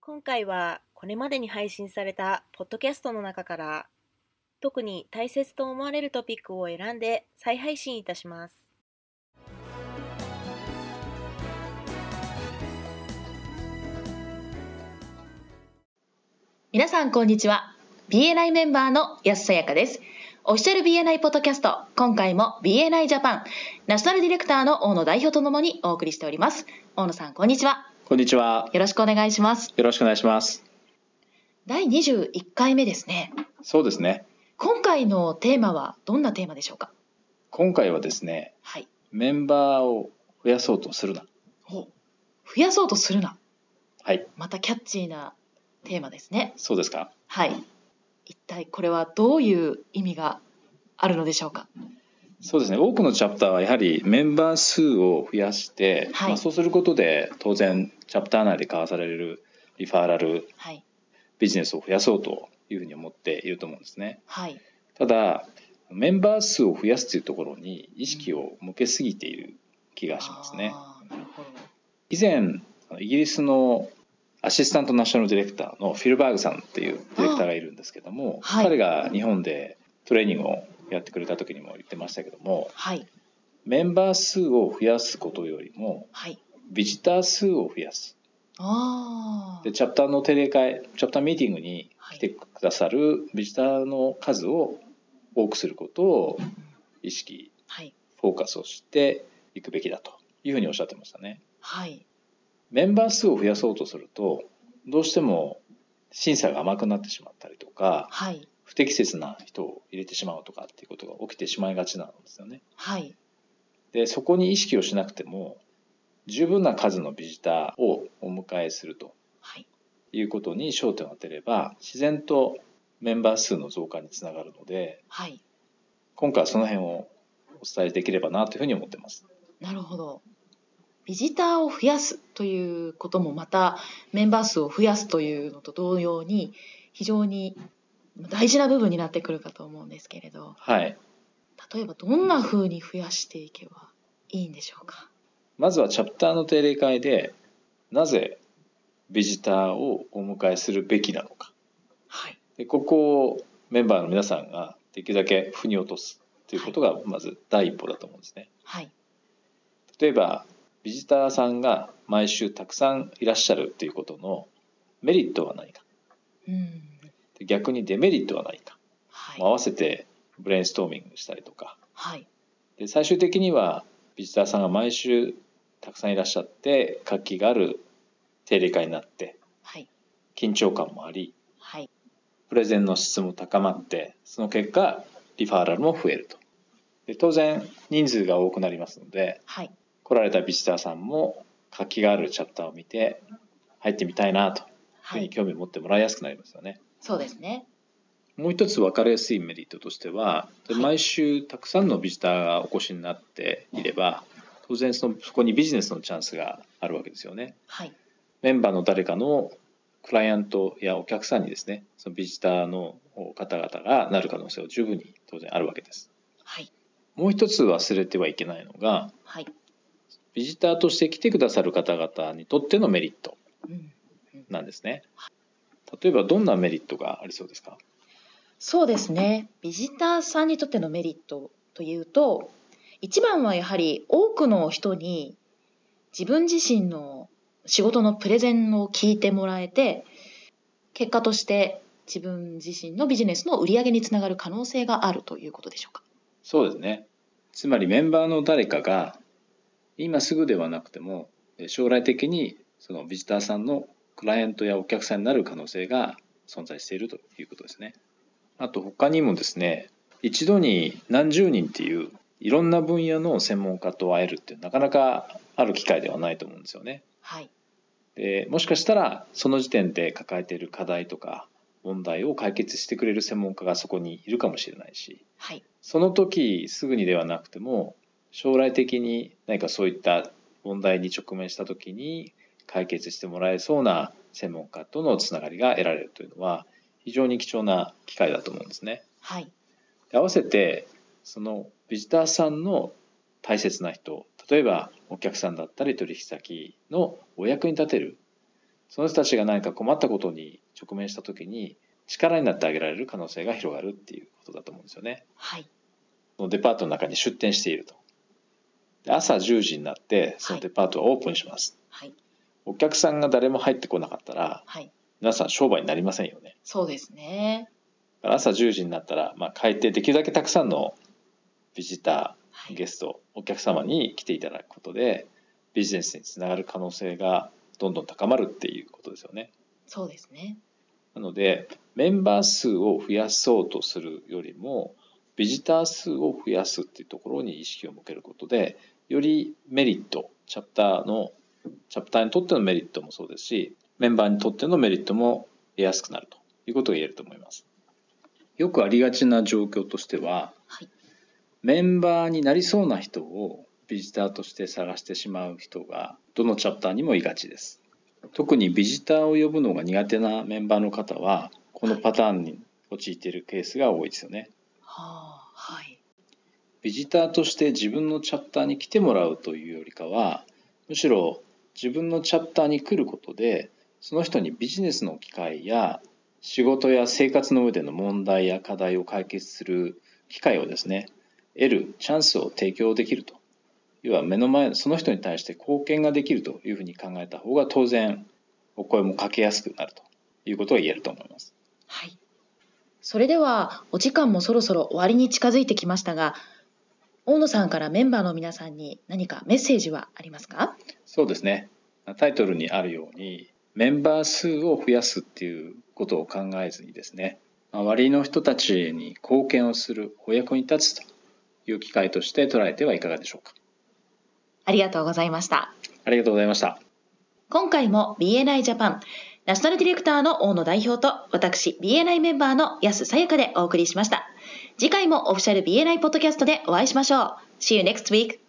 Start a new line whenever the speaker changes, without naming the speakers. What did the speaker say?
今回はこれまでに配信されたポッドキャストの中から特に大切と思われるトピックを選んで再配信いたします。
皆さんこんにちは BNI メンバーの安さやかですオフィシャル BNI ポッドキャスト今回も BNI ジャパンナショナルディレクターの大野代表とともにお送りしております大野さんこんにちは
こんにちは。
よろしくお願いします
よろしくお願いします。
第21回目ですね
そうですね。
今回のテーマはどんなテーマでしょうか
今回はですね、
はい
メンバーを増やそうとするな。
増やそうとするな
はい、
またキャッチーなテーマですね
そうですか。
はい一体これはどういう意味があるのでしょうか
そうですね。多くのチャプターはやはりメンバー数を増やして、
はい
まあそうすることで当然チャプター内で交わされるリファーラル
はい
ビジネスを増やそうというふうに思っていると思うんですね。
はい
ただ、メンバー数を増やすというところに意識を向けすぎている気がしますね。
あーなるほど
以前あのイギリスのアシスタントナショナルディレクターのフィルバーグさんっていうディレクターがいるんですけども、
はい
彼が日本でトレーニングをやってくれた時にも言ってましたけども
はい
メンバー数を増やすことよりも
はい
ビジター数を増やす
あ
でチャプターの定例会チャプターミーティングに来てくださるビジターの数を多くすることを
あ
意識
はい
フォーカスをしていくべきだというふうにおっしゃってましたね。
はい
メンバー数を増やそうとするとどうしても審査が甘くなってしまったりとか
はい
不適切な人を入れてしまうとかっていうことが起きてしまいがちなんですよね。
はい
でそこに意識をしなくても十分な数のビジターをお迎えすると
はい
いうことに焦点を当てれば自然とメンバー数の増加につながるので
はい
今回はその辺をお伝えできればなというふうに思ってます。
なるほどビジターを増やすということもまたメンバー数を増やすというのと同様に非常に大事な部分になってくるかと思うんですけれど
はい、
例えばどんな風に増やしていけばいいんでしょうか
まずはチャプターの定例会でなぜビジターをお迎えするべきなのか
はい
でここをメンバーの皆さんができるだけ腑に落とすということがまず第一歩だと思うんですね。
はい
例えばビジターさんが毎週たくさんいらっしゃるということのメリットは何か
うん
で逆にデメリットは何か、
はい
合わせてブレインストーミングしたりとか
はい
で最終的にはビジターさんが毎週たくさんいらっしゃって活気がある定例会になって
はい
緊張感もあり
はい
プレゼンの質も高まってその結果リファーラルも増えるとで当然人数が多くなりますので
はい
来られたビジターさんも活気があるチャプターを見て入ってみたいなというふ
は
うに
い
興味を持ってもらいやすくなりますよね、
そうですね
もう一つ分かりやすいメリットとしてはで
はい
毎週たくさんのビジターがお越しになっていれば当然そのそこにビジネスのチャンスがあるわけですよね
はい
メンバーの誰かのクライアントやお客さんにですね、そのビジターの方々がなる可能性は十分に当然あるわけです。
はい
もう一つ忘れてはいけないのが、
はい
ビジターとして来てくださる方々にとってのメリット
うん
なんですね。例えばどんなメリットがありそうですか
そうですねビジターさんにとってのメリットというと一番はやはり多くの人に自分自身の仕事のプレゼンを聞いてもらえて結果として自分自身のビジネスの売り上げにつながる可能性があるということでしょうか。
そうですね。つまりメンバーの誰かが今すぐではなくてもえ将来的にそのビジターさんのクライアントやお客さんになる可能性が存在しているということですね。あと他にもですね一度に何十人っていういろんな分野の専門家と会えるってなかなかある機会ではないと思うんですよね。
はい、
でもしかしたらその時点で抱えている課題とか問題を解決してくれる専門家がそこにいるかもしれないし
はい、
その時すぐにではなくても将来的に何かそういった問題に直面した時に解決してもらえそうな専門家とのつながりが得られるというのは非常に貴重な機会だと思うんですね。
はい、
で合わせてそのビジターさんの大切な人例えばお客さんだったり取引先のお役に立てるその人たちが何か困ったことに直面した時に力になってあげられる可能性が広がるっていうことだと思うんですよね。
はい。
そのデパートの中に出店していると。で朝10時になってそのデパートはオープンします。
はい。
お客さんが誰も入ってこなかったら
はい。
皆さん商売になりませんよね。
そうですね。
だから朝10時になったら、まあ、開店できるだけたくさんのビジタ
は
ー
い。
ゲストお客様に来ていただくことでビジネスにつながる可能性がどんどん高まるっていうことですよね。
そうですね。
なのでメンバー数を増やそうとするよりもビジター数を増やすっていうところに意識を向けることでよりメリットチャプターのチャプターにとってのメリットもそうですしメンバーにとってのメリットも得やすくなるということが言えると思います。よくありがちな状況としては、
はい
メンバーになりそうな人をビジターとして探してしまう人がどのチャプターにもいがちです。特にビジターを呼ぶのが苦手なメンバーの方はこのパターンに陥っているケースが多いですよね。
はあ。はい。
ビジターとして自分のチャプターに来てもらうというよりかはむしろ自分のチャプターに来ることでその人にビジネスの機会や仕事や生活の上での問題や課題を解決する機会をですね得るチャンスを提供できると要は目の前その人に対して貢献ができるというふうに考えた方が当然お声もかけやすくなるということが言えると思います。
はい。それでは、お時間もそろそろ終わりに近づいてきましたが、大野さんからメンバーの皆さんに何かメッセージはありますか
そうですねタイトルにあるようにメンバー数を増やすっていうことを考えずにですね周りの人たちに貢献をするお役に立つという機会として捉えてはいかがでしょうか
ありがとうございました。
ありがとうございました
今回も BNI ジャパンナショナルディレクターの大野代表と私 BNI メンバーの安さやかでお送りしました。次回もオフィシャル BNI ポッドキャストでお会いしましょう。See you next week!